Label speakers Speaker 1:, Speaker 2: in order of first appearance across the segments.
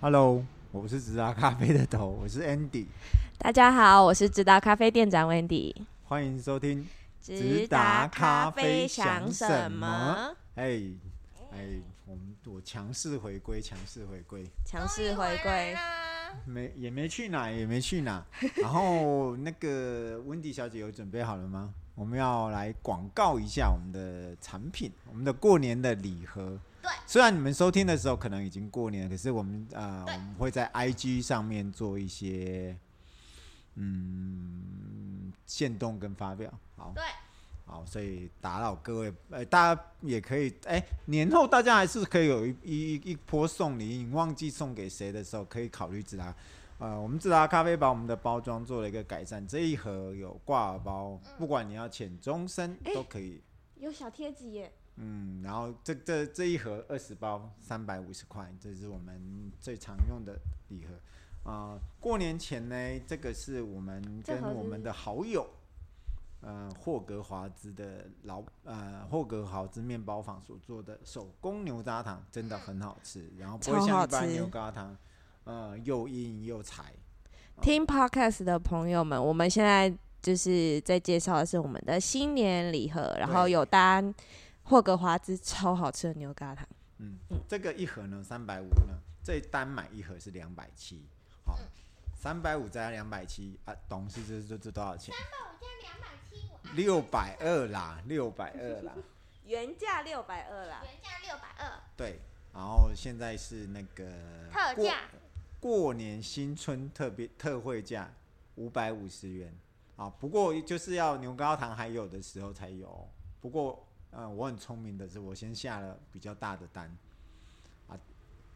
Speaker 1: Hello，我不是直达咖啡的头， 我是 Andy，
Speaker 2: 大家好，我是直达咖啡店长 Wendy。
Speaker 1: 欢迎收听。直
Speaker 2: 直
Speaker 1: 达
Speaker 2: 达
Speaker 1: 咖
Speaker 2: 咖
Speaker 1: 啡
Speaker 2: 啡
Speaker 1: 想
Speaker 2: 想
Speaker 1: 什
Speaker 2: 什
Speaker 1: 么
Speaker 2: 么？
Speaker 1: 哎哎，我们我强势回归，强势回归，
Speaker 2: 强势回归，
Speaker 1: 没也没去哪，也没去哪。然后那个温迪小姐有准备好了吗？我们要来广告一下我们的产品，我们的过年的礼盒。
Speaker 3: 对，
Speaker 1: 虽然你们收听的时候可能已经过年了，可是我们啊、呃，我们会在 IG 上面做一些嗯限动跟发表。好，
Speaker 3: 对，
Speaker 1: 好，所以打扰各位，呃，大家也可以，哎、年后大家还是可以有一一一一波送礼，你忘记送给谁的时候，可以考虑自达。呃，我们自达咖啡把我们的包装做了一个改善，这一盒有挂耳包，
Speaker 2: 嗯
Speaker 1: 不管你要浅中深都可以。
Speaker 2: 有小贴纸耶！
Speaker 1: 嗯，然后这这这一盒二十包，三百五十块，这是我们最常用的礼盒。啊、过年前呢，这个是我们
Speaker 2: 这
Speaker 1: 跟
Speaker 2: 盒
Speaker 1: 我
Speaker 2: 子
Speaker 1: 们的好友，呃，霍格华兹的老呃霍格华兹面包坊所做的手工牛轧糖，真的很好吃，然后不会
Speaker 2: 超
Speaker 1: 像
Speaker 2: 好
Speaker 1: 一般
Speaker 2: 吃
Speaker 1: 牛轧糖，呃，又硬又柴。
Speaker 2: 听 Podcast 的朋友们，我们现在就是在介绍的是我们的新年礼盒，然后
Speaker 1: 对
Speaker 2: 有单霍格华兹超好吃的牛轧糖，
Speaker 1: 嗯，这个一盒呢三百五呢，这单买一盒是两百七，好，
Speaker 3: 嗯
Speaker 1: 三百五加两百七啊，董事这这这多少钱？
Speaker 3: 两百七五，
Speaker 1: 六百二啦，六百二啦，
Speaker 2: 原价六百二啦，
Speaker 3: 原价六百二，
Speaker 1: 对，然后现在是那个
Speaker 3: 特
Speaker 1: 嗯过
Speaker 3: 价
Speaker 1: 过年新春特别特惠价五百五十元啊，不过就是要牛轧糖还有的时候才有哦。不过，嗯，我很聪明的是，我先下了比较大的单啊，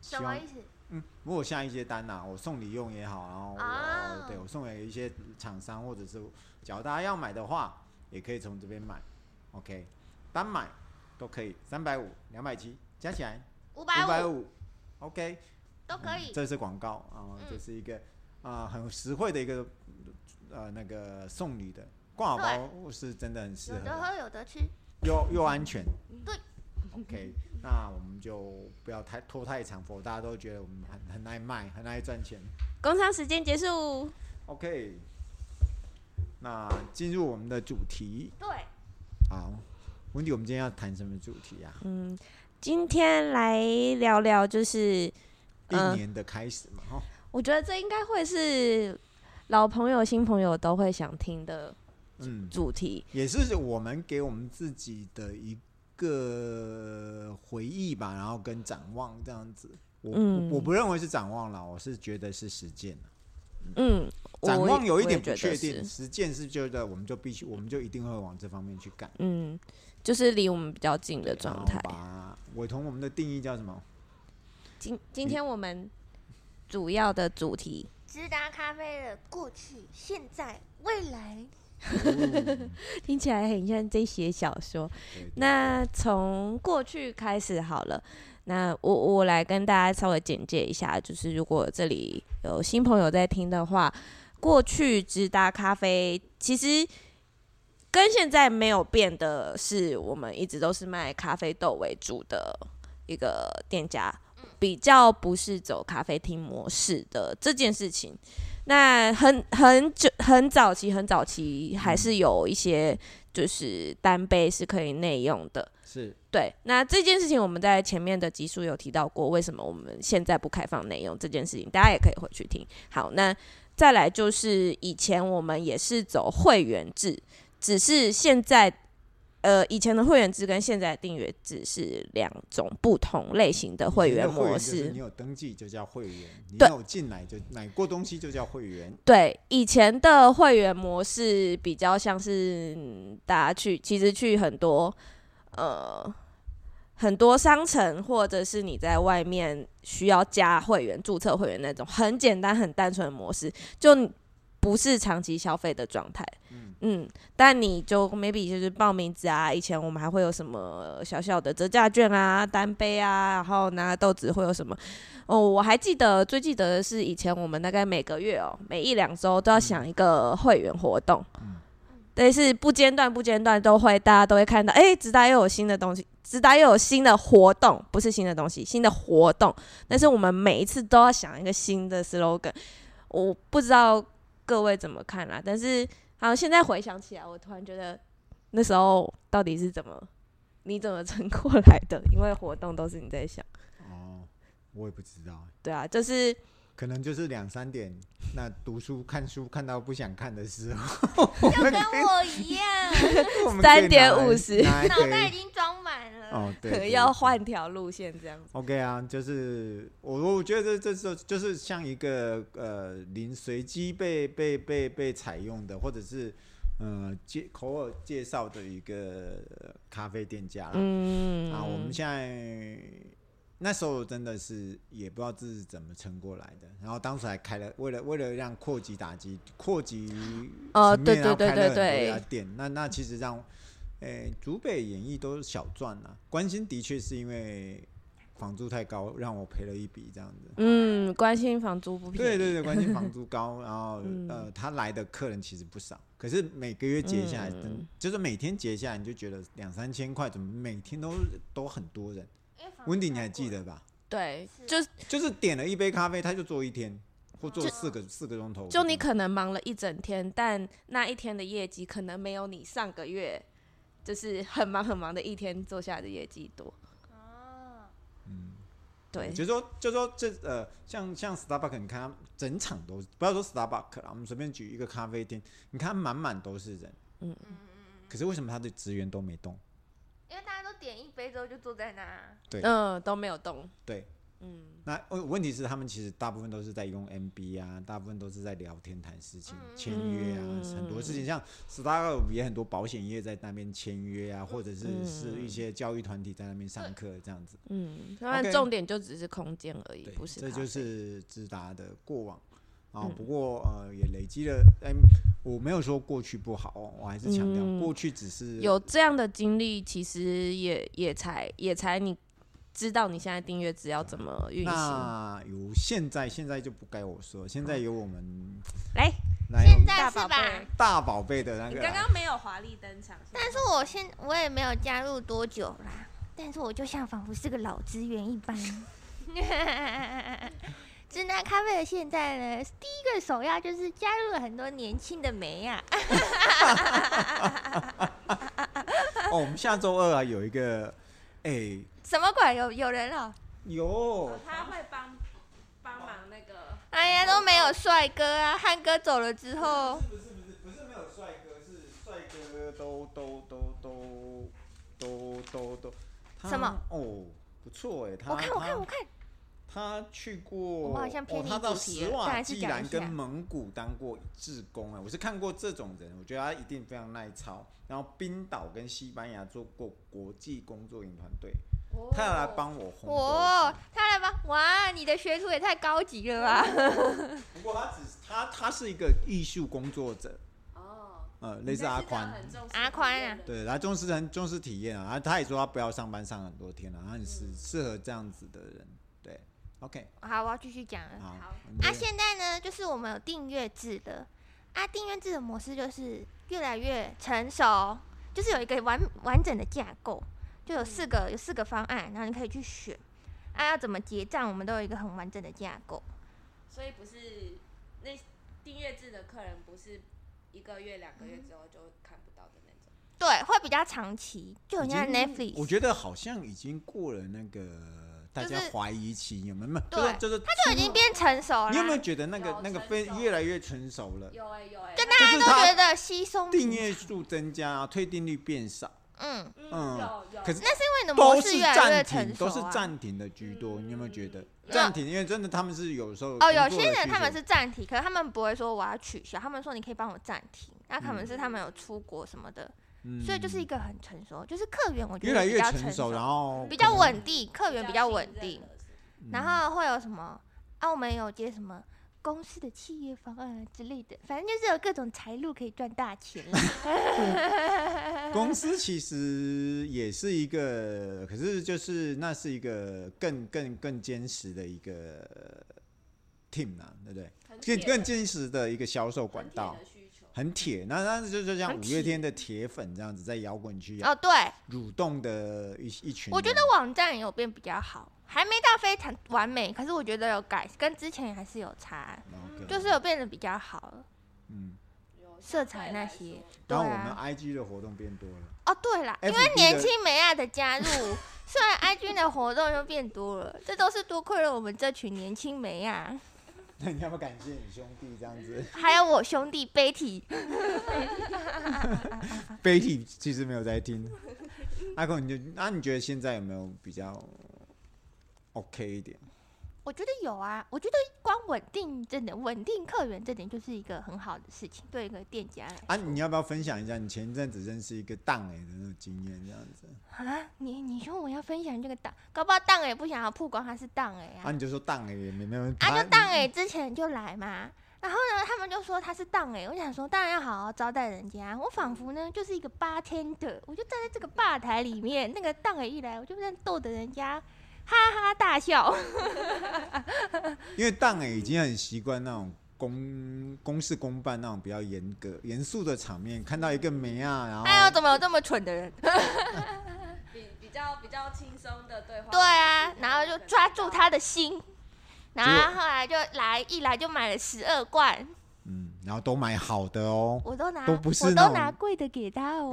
Speaker 1: 希
Speaker 3: 什么
Speaker 1: 望
Speaker 3: 意思？
Speaker 1: 嗯，如果下一些单呐、啊我送礼用也好，然后我、
Speaker 3: 啊
Speaker 1: 对我送给一些厂商或者是，假如大家要买的话，也可以从这边买，OK，单买都可以，三百五、两百七，加起来
Speaker 3: 五百
Speaker 1: 五百
Speaker 3: 五
Speaker 1: 五，OK，嗯
Speaker 3: 都可以。
Speaker 1: 这是广告啊、
Speaker 3: 嗯
Speaker 1: 这是一个啊、很实惠的一个呃那个送礼的挂耳包是真的很适
Speaker 3: 有
Speaker 1: 合
Speaker 3: 的
Speaker 1: 的，
Speaker 3: 喝，有的吃。
Speaker 1: 又又安全，
Speaker 3: 对
Speaker 1: ，OK，那我们就不要太拖太长，否则大家都觉得我们很很爱卖，很爱赚钱。
Speaker 2: 工商时间结束，
Speaker 1: OK，那进入我们的主题。
Speaker 3: 对，
Speaker 1: 好，温迪，我们今天要谈什么主题啊？
Speaker 2: 嗯，今天来聊聊就是，嗯
Speaker 1: 一年的开始嘛，哈、
Speaker 2: 我觉得这应该会是老朋友、新朋友都会想听的
Speaker 1: 嗯，
Speaker 2: 主题，
Speaker 1: 也是我们给我们自己的一个回忆吧，然后跟展望这样子。我、
Speaker 2: 嗯
Speaker 1: 我我不认为是展望了，我是觉得是实践了。
Speaker 2: 嗯，我
Speaker 1: 展望有一
Speaker 2: 我
Speaker 1: 点
Speaker 2: 也
Speaker 1: 不
Speaker 2: 觉
Speaker 1: 确
Speaker 2: 得
Speaker 1: 定，
Speaker 2: 是。
Speaker 1: 实践是觉得我们就必须，我们就一定会往这方面去干
Speaker 2: 嗯，就是离我们比较近的状态
Speaker 1: 然后。把伟同我们的定义叫什 么？
Speaker 2: 嗯今今天我们主要的主题，
Speaker 3: 直达咖啡的过去、现在、未来。
Speaker 1: 哦
Speaker 2: 听起来很像在写小说。
Speaker 1: 对对
Speaker 2: 那从过去开始好了，那我我来跟大家稍微简介一下，就是如果这里有新朋友在听的话，过去直达咖啡其实。跟现在没有变的是，我们一直都是卖咖啡豆为主的一个店家，比较不是走咖啡厅模式的这件事情。那很很久很早期很早期还是有一些就是单杯是可以内用的。
Speaker 1: 是
Speaker 2: 对，那这件事情我们在前面的集数有提到过，为什么我们现在不开放内用这件事情，大家也可以回去听。好，那再来就是以前我们也是走会员制，只是现在呃以前的会员制跟现在的订阅制是两种不同类型的会员模
Speaker 1: 以前的会员就
Speaker 2: 式。
Speaker 1: 是你有登记就叫会员，你
Speaker 2: 对
Speaker 1: 有进来就买过东西就叫会员。
Speaker 2: 对，以前的会员模式比较像是嗯大家去，其实去很多呃很多商城，或者是你在外面需要加会员、注册会员那种很简单、很单纯的模式，就你不是长期消费的状态。
Speaker 1: 嗯
Speaker 2: 嗯，但你就 maybe 就是报名字啊，以前我们还会有什么小小的折价券啊、单杯啊，然后拿豆子会有什么？哦，我还记得最记得的是以前我们大概每个月哦，每一两周都要想一个会员活动。
Speaker 1: 嗯
Speaker 2: 对，是不间断、不间断都会，大家都会看到，哎、直达又有新的东西，直达又有新的活动，不是新的东西，新的活动。但是我们每一次都要想一个新的 slogan，我不知道各位怎么看啦，但是好像现在回想起来，我突然觉得那时候到底是怎么，你怎么撑过来的？因为活动都是你在想，
Speaker 1: 哦，我也不知道，
Speaker 2: 对啊，就是
Speaker 1: 可能就是两三点，那读书看书看到不想看的时候，
Speaker 3: 就跟我一样，
Speaker 1: 我们可以拿来
Speaker 2: 3:50
Speaker 1: 拿来
Speaker 3: 脑
Speaker 1: 可以
Speaker 3: 袋已经装满了。
Speaker 1: 哦，对
Speaker 2: 可能
Speaker 1: 对
Speaker 2: 要换条路线这样子。
Speaker 1: OK 啊，就是我我觉得这这时候就是像一个呃零随机被被被被采用的，或者是呃介口耳介绍的一个呃咖啡店家啦。
Speaker 2: 嗯
Speaker 1: 啊，我们现在那时候真的是也不知道自己怎么撑过来的，然后当时还开了，为了为了让扩级打击扩级
Speaker 2: 哦
Speaker 1: 层面
Speaker 2: 对
Speaker 1: 然后
Speaker 2: 对
Speaker 1: 开
Speaker 2: 对
Speaker 1: 了很多
Speaker 2: 对
Speaker 1: 家店，那那其实让诶竹北演艺都小赚了、关心的确是因为房租太高，让我赔了一笔这样子。
Speaker 2: 嗯，关心房租不便
Speaker 1: 对
Speaker 2: 宜。
Speaker 1: 对对，关心房租 高，然后、
Speaker 2: 嗯
Speaker 1: 呃，他来的客人其实不少，可是每个月结下来，真
Speaker 2: 嗯
Speaker 1: 就是每天结下来，你就觉得两三千块，怎么每天都都很多人？
Speaker 3: 因为房子
Speaker 1: 温迪，你
Speaker 3: 啊太
Speaker 1: 还记
Speaker 3: 贵
Speaker 1: 得
Speaker 3: 了？
Speaker 1: 吧？
Speaker 2: 对
Speaker 3: 是
Speaker 2: 就
Speaker 1: 就是点了一杯咖啡，他就做一天，或做
Speaker 3: 就
Speaker 1: 四个四个钟头。
Speaker 2: 就你可能忙了一整天，但那一天的业绩可能没有你上个月就是很忙很忙的一天做下来的业绩多。
Speaker 3: 哦，
Speaker 2: 对，
Speaker 1: 就说就说这呃，像像 Starbucks，你看它整场都不要说 Starbucks 啦，我们随便举一个咖啡店，你看它满满都是人，
Speaker 3: 嗯嗯嗯，
Speaker 1: 可是为什么他的职员都没动？
Speaker 3: 因为大家都点一杯之后就坐在那，
Speaker 2: 嗯，都没有动。
Speaker 1: 对，
Speaker 2: 嗯，
Speaker 1: 那问问题是，他们其实大部分都是在用 MB 啊，大部分都是在聊天谈事情、
Speaker 3: 嗯
Speaker 1: 签约啊，
Speaker 2: 嗯
Speaker 1: 很多事情，像 Startup 也很多保险业在那边签约啊，或者是、
Speaker 2: 嗯
Speaker 1: 是一些教育团体在那边上课这样子。
Speaker 2: 嗯，那
Speaker 1: OK
Speaker 2: 重点就只是空间而已，
Speaker 1: 对，
Speaker 2: 不是
Speaker 1: 这
Speaker 2: 咖
Speaker 1: 就
Speaker 2: 啡
Speaker 1: 是直达的过往啊、
Speaker 2: 嗯
Speaker 1: 不过呃，也累积了。哎、我没有说过去不好哦，我还是强调、
Speaker 2: 嗯
Speaker 1: 过去只是
Speaker 2: 有这样的经历，其实也也才也才你知道你现在订阅制要怎么运行。
Speaker 1: 那由现在现在就不该我说，现在由我们
Speaker 2: 来，
Speaker 1: 来我
Speaker 3: 现
Speaker 1: 们
Speaker 3: 在
Speaker 2: 大
Speaker 3: 是
Speaker 2: 宝
Speaker 3: 吧
Speaker 2: 贝？
Speaker 1: 大宝贝的那
Speaker 2: 你
Speaker 1: 个
Speaker 2: 刚
Speaker 1: 来
Speaker 2: 刚没有华丽登场，
Speaker 3: 但是我现我也没有加入多久啦，但是我就像仿佛是个老职员一般。 直男咖啡的现在呢，第一个首要就是加入了很多年轻的梅呀、啊，
Speaker 1: 哦，我们下周二啊有一个，哎、
Speaker 3: 什么鬼？有有人哦了、
Speaker 1: 有
Speaker 2: 他会帮帮忙那个。
Speaker 3: 哎呀，都没有帅哥啊！汉哥走了之后，
Speaker 1: 不是不是不是没有帅哥，是帅哥都都都都都都都他
Speaker 3: 什么
Speaker 1: 哦，不错哎、他
Speaker 3: 我看我看我
Speaker 1: 他
Speaker 3: 看，
Speaker 1: 他去过，
Speaker 3: 我们好像偏
Speaker 1: 哦、
Speaker 3: 离
Speaker 1: 他到
Speaker 3: 主题
Speaker 1: 斯
Speaker 3: 了但
Speaker 1: 瓦
Speaker 3: 还是
Speaker 1: 季
Speaker 3: 讲一
Speaker 1: 兰跟
Speaker 3: 下
Speaker 1: 蒙古当过志工哎、我是看过这种人，我觉得他一定非常耐操。然后冰岛跟西班牙做过国际工作营团队，
Speaker 3: 哦
Speaker 1: 他要来帮我红
Speaker 3: 哇、
Speaker 1: 豆子
Speaker 3: 哦他来吧！哇，你的学徒也太高级了吧！
Speaker 1: 不过他只是他他是一个艺术工作者，
Speaker 2: 哦，
Speaker 1: 呃，类似阿宽，
Speaker 3: 阿宽啊
Speaker 1: 对，他重视很重视体验啊，然后他也说他不要上班上很多天了、啊，然后你是
Speaker 3: 嗯
Speaker 1: 适合这样子的人，对，OK，
Speaker 3: 好，我要继续讲了。
Speaker 1: 好，
Speaker 2: 好
Speaker 1: 我们这
Speaker 3: 啊，
Speaker 1: 边
Speaker 3: 现在呢，就是我们有订阅制的，啊，订阅制的模式就是越来越成熟，就是有一个完完整的架构，就有四
Speaker 1: 嗯
Speaker 3: 个有四个方案，然后你可以去选，啊，要怎么结账，我们都有一个很完整的架构。
Speaker 2: 所以不是那订阅制的客人，不是一个月、两个月之后就看不到的那种。
Speaker 3: 对，会比较长期，就很像
Speaker 1: 已经
Speaker 3: Netflix。
Speaker 1: 我觉得好像已经过了那个大
Speaker 3: 就
Speaker 1: 家
Speaker 3: 是
Speaker 1: 怀疑期，有没有？
Speaker 3: 对
Speaker 1: 就是就是
Speaker 3: 它就已经变成熟了，啊
Speaker 1: 你有没有
Speaker 3: 就
Speaker 1: 觉得那个
Speaker 2: 有
Speaker 1: 那个
Speaker 2: 成
Speaker 1: 分
Speaker 2: 熟
Speaker 1: 越来越成熟了？
Speaker 2: 有哎、有哎、
Speaker 3: 大
Speaker 1: 就
Speaker 3: 家
Speaker 1: 是
Speaker 3: 都
Speaker 1: 它
Speaker 3: 觉得稀松平
Speaker 1: 订阅数增加、啊，退订率变少，
Speaker 3: 嗯，
Speaker 1: 嗯
Speaker 2: 有有。
Speaker 1: 可是
Speaker 3: 那是因为你的模
Speaker 1: 都
Speaker 3: 式
Speaker 1: 是
Speaker 3: 越来
Speaker 1: 暂
Speaker 3: 越成
Speaker 1: 停，
Speaker 3: 熟、
Speaker 1: 都
Speaker 3: 啊、
Speaker 1: 是暂停的居多，你有没有觉得
Speaker 2: 嗯
Speaker 1: 暂停？因为真的他们是有时候
Speaker 3: 哦，
Speaker 1: 工
Speaker 3: 有
Speaker 1: 作的
Speaker 3: 些人
Speaker 1: 需
Speaker 3: 他们
Speaker 1: 求
Speaker 3: 是暂停，可是他们不会说我要取消，他们说你可以帮我暂停。那可能是他们有出国什么的，所以就是一
Speaker 1: 嗯
Speaker 3: 个很成熟，就是客源我觉
Speaker 1: 越
Speaker 3: 得
Speaker 1: 来
Speaker 3: 比
Speaker 1: 越
Speaker 3: 较
Speaker 1: 成熟，
Speaker 3: 熟，
Speaker 1: 然后
Speaker 3: 比
Speaker 1: 可
Speaker 3: 较
Speaker 1: 能嗯
Speaker 3: 稳定，客源比
Speaker 2: 比
Speaker 3: 较
Speaker 2: 较
Speaker 3: 稳
Speaker 2: 信任
Speaker 3: 定
Speaker 2: 了。是
Speaker 3: 然后会有什么啊？我们有接什么公司的契约方案啊之类的，反正就是有各种财路可以赚大钱啦。
Speaker 1: 公司其实也是一个，可是就是那是一个更更更坚实的一个 team 啊，对不对？
Speaker 2: 很
Speaker 1: 更
Speaker 2: 铁的
Speaker 1: 更坚实的一个销售管道
Speaker 2: 很铁，的需求
Speaker 1: 很铁，那那就就像
Speaker 3: 很
Speaker 1: 五
Speaker 3: 铁
Speaker 1: 月天的铁粉这样子，在摇滚区
Speaker 3: 哦，对，
Speaker 1: 蠕动的一一群人。
Speaker 3: 我觉得网站有变比较好，还没到非常完美，可是我觉得有改，跟之前还是有差，
Speaker 1: OK
Speaker 3: 就是有变得比较好了，
Speaker 1: 嗯，
Speaker 3: 色彩那些。对
Speaker 1: 然后我们
Speaker 3: 啊，
Speaker 1: IG 的活动变多了，
Speaker 3: 哦对啦，因
Speaker 1: FB
Speaker 3: 为
Speaker 1: 的
Speaker 3: 年轻美亚的加入，虽然 IG 的活动就变多了，这都是多亏了我们这群年轻美亚，
Speaker 1: 那你要不要感谢你兄弟这样子
Speaker 3: 还有我兄弟 Betty。
Speaker 1: ？Betty 其实没有在听，阿公你就那你觉得现在有没有比较 OK 一点？
Speaker 3: 我觉得有啊，我觉得光稳定这点、稳定客源这点就是一个很好的事情，对一个店家来
Speaker 1: 啊，你要不要分享一下你前一阵子认识一个荡哎的那种经验这样子？
Speaker 3: 啊，你你说我要分享这个档，搞不好档也不想要曝光他是档哎呀
Speaker 1: 啊，，你就说荡哎也没没有人
Speaker 3: 啊
Speaker 1: 怕
Speaker 3: 就档哎之前就来嘛，然后呢他们就说他是档哎，我想说当然要好好招待人家，我仿佛呢就是一个 bartender，我就站在这个吧台里面，那个档哎一来我就在逗得人家哈哈大笑，
Speaker 1: 因为档哎已经很习惯那种公公事公办那种比较严格严肃的场面，看到一个梅啊，然后
Speaker 3: 哎呦怎么有这么蠢的人？
Speaker 2: 比比较比较轻松的对话。
Speaker 3: 对啊，然后就抓住他的心，然后后来就来一来就买了十二罐，
Speaker 1: 嗯，然后都买好的哦，
Speaker 3: 我都拿
Speaker 1: 都不是
Speaker 3: 我
Speaker 1: 那
Speaker 3: 都
Speaker 1: 种
Speaker 3: 拿贵的给他 哦，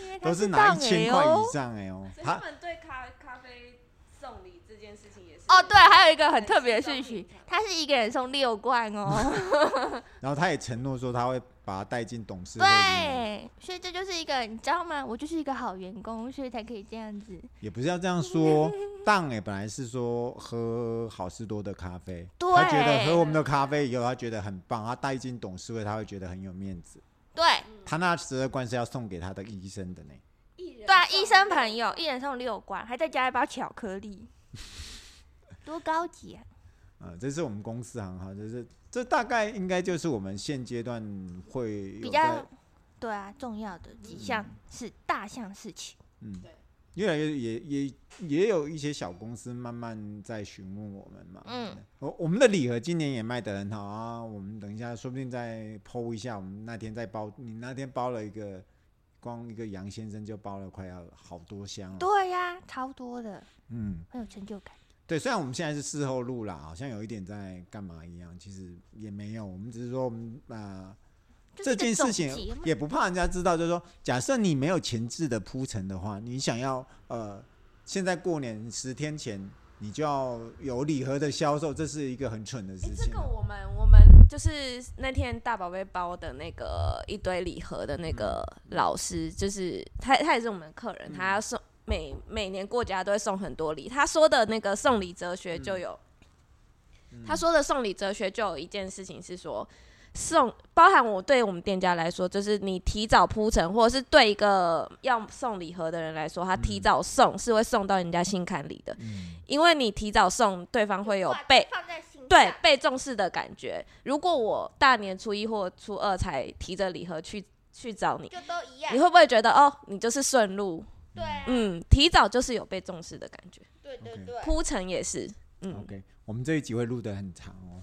Speaker 3: 因为他
Speaker 1: 都是拿
Speaker 3: 档
Speaker 1: 一千
Speaker 3: 哎
Speaker 1: 块
Speaker 3: 哦
Speaker 1: 以。上哎哦，
Speaker 4: 所以他
Speaker 1: 他
Speaker 4: 们对咖咖啡送礼这件事情也是
Speaker 3: 哦，对，还有一个很特别的
Speaker 4: 很稀
Speaker 3: 事
Speaker 4: 松
Speaker 3: 情
Speaker 4: 平常，
Speaker 3: 他是一个人送六罐 哦，
Speaker 1: 然后他也承诺说他会把他带进董事会里面，
Speaker 3: 对，所以这就是一个你知道吗？我就是一个好员工，所以才可以这样子。
Speaker 1: 也不是要这样 说。当哎本来是说喝好事多的咖啡，
Speaker 3: 对
Speaker 1: 他觉得喝我们的咖啡以后，他觉得很棒，他带进董事会他会觉得很有面子。
Speaker 3: 对
Speaker 2: 嗯
Speaker 1: 他那十二罐是要送给他的医生的呢。
Speaker 4: 艺人
Speaker 3: 对啊，
Speaker 4: 送
Speaker 3: 医生
Speaker 2: 哎
Speaker 3: 朋友一人送六罐，还再加一包巧 克力，多高级啊！
Speaker 1: 啊，这是我们公司行哈，就是这大概应该就是我们现阶段会有嗯
Speaker 3: 比
Speaker 1: 在
Speaker 3: 较对啊，重要的几项是大项事情。
Speaker 1: 嗯
Speaker 4: 对，
Speaker 1: 越来越也也也有一些小公司慢慢在询问我们嘛。
Speaker 3: 嗯，
Speaker 1: 我我们的礼盒今年也卖得很好啊，我们等一下说不定再剖一下，我们那天再包，你那天包了一个。光一个杨先生就包了快要好多箱了，
Speaker 3: 对呀、超多的，
Speaker 1: 嗯，
Speaker 3: 很有成就感。
Speaker 1: 对，虽然我们现在是事后录啦，好像有一点在干嘛一样，其实也没有，我们只是说我们啊、呃
Speaker 3: 就是
Speaker 1: 这
Speaker 3: 一个
Speaker 1: 件
Speaker 3: 总
Speaker 1: 事情
Speaker 3: 结嘛
Speaker 1: 也不怕人家知道，就是说，假设你没有前置的铺陈的话，你想要呃，现在过年十天前你就要有礼盒的销售，这是一个很蠢的事
Speaker 2: 哎，这
Speaker 1: 情
Speaker 2: 个
Speaker 1: 啊。
Speaker 2: 我们我们就是那天大宝贝包的那个一堆礼盒的那个老师，就是他他也是我们的客人，他要送每每年过节他都会送很多礼。他说的那个送礼哲学就有，他说的送礼哲学就有一件事情是说。送包含我对我们店家来说，就是你提早铺陈，或者是对一个要送礼盒的人来说，他提早送是会送到人家心坎里的，
Speaker 1: 嗯，
Speaker 2: 因为你提早送，对方会有
Speaker 3: 挂
Speaker 2: 被
Speaker 3: 放在心上
Speaker 2: 对被重视的感觉。如果我大年初一或初二才提着礼盒去去找你，
Speaker 3: 就都一样
Speaker 2: 你。会不会觉得哦，你就是顺路？
Speaker 3: 对啊，
Speaker 2: 嗯，提早就是有被重视的感觉，
Speaker 3: 对对
Speaker 1: OK
Speaker 3: 对。
Speaker 2: 铺陈也是。嗯，
Speaker 1: OK，我们这一集会录得很长哦。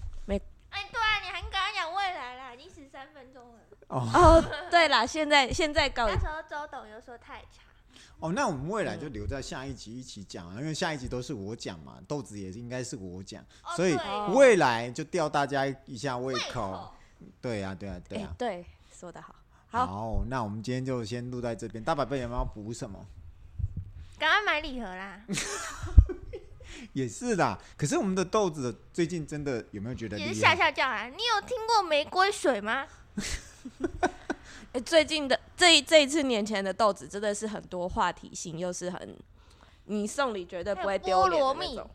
Speaker 3: 哎，对啊，你还刚刚讲未来啦，已经十三分钟了。
Speaker 1: 哦
Speaker 2: 哦，对啦，现在现在告
Speaker 3: 那时候周董又说太长，
Speaker 1: 哦，那我们未来
Speaker 3: 嗯
Speaker 1: 就留在下一集一起讲啊，因为下一集都是我讲嘛，豆子也应该是我讲，
Speaker 3: 哦
Speaker 1: 所以
Speaker 3: 对耶
Speaker 1: 未来就吊大家一下胃口
Speaker 3: 口。
Speaker 1: 对呀、对呀、啊对
Speaker 2: 哎、
Speaker 1: 呀、
Speaker 2: 对，说得好，好，
Speaker 1: 那我们今天就先录在这边。大宝贝有没有要补什么？
Speaker 3: 赶快买礼盒啦，
Speaker 1: 也是啦，可是我们的豆子最近真的有没有觉得
Speaker 3: 也是
Speaker 1: 厉
Speaker 3: 下
Speaker 1: 害？
Speaker 3: 下叫啦。啊你有听过玫瑰水吗？
Speaker 2: 哎、最近的这一这一次年前的豆子真的是很多话题性，又是很你送礼绝对不会丢脸的
Speaker 3: 还有
Speaker 2: 那
Speaker 3: 菠萝蜜啊
Speaker 2: 种。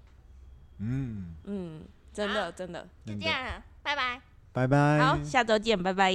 Speaker 1: 嗯，
Speaker 2: 嗯，真的真的，
Speaker 3: 就
Speaker 1: 真
Speaker 3: 这啊
Speaker 1: 的，
Speaker 3: 样了，拜拜。
Speaker 1: 拜拜。
Speaker 2: 好，下周见，拜拜。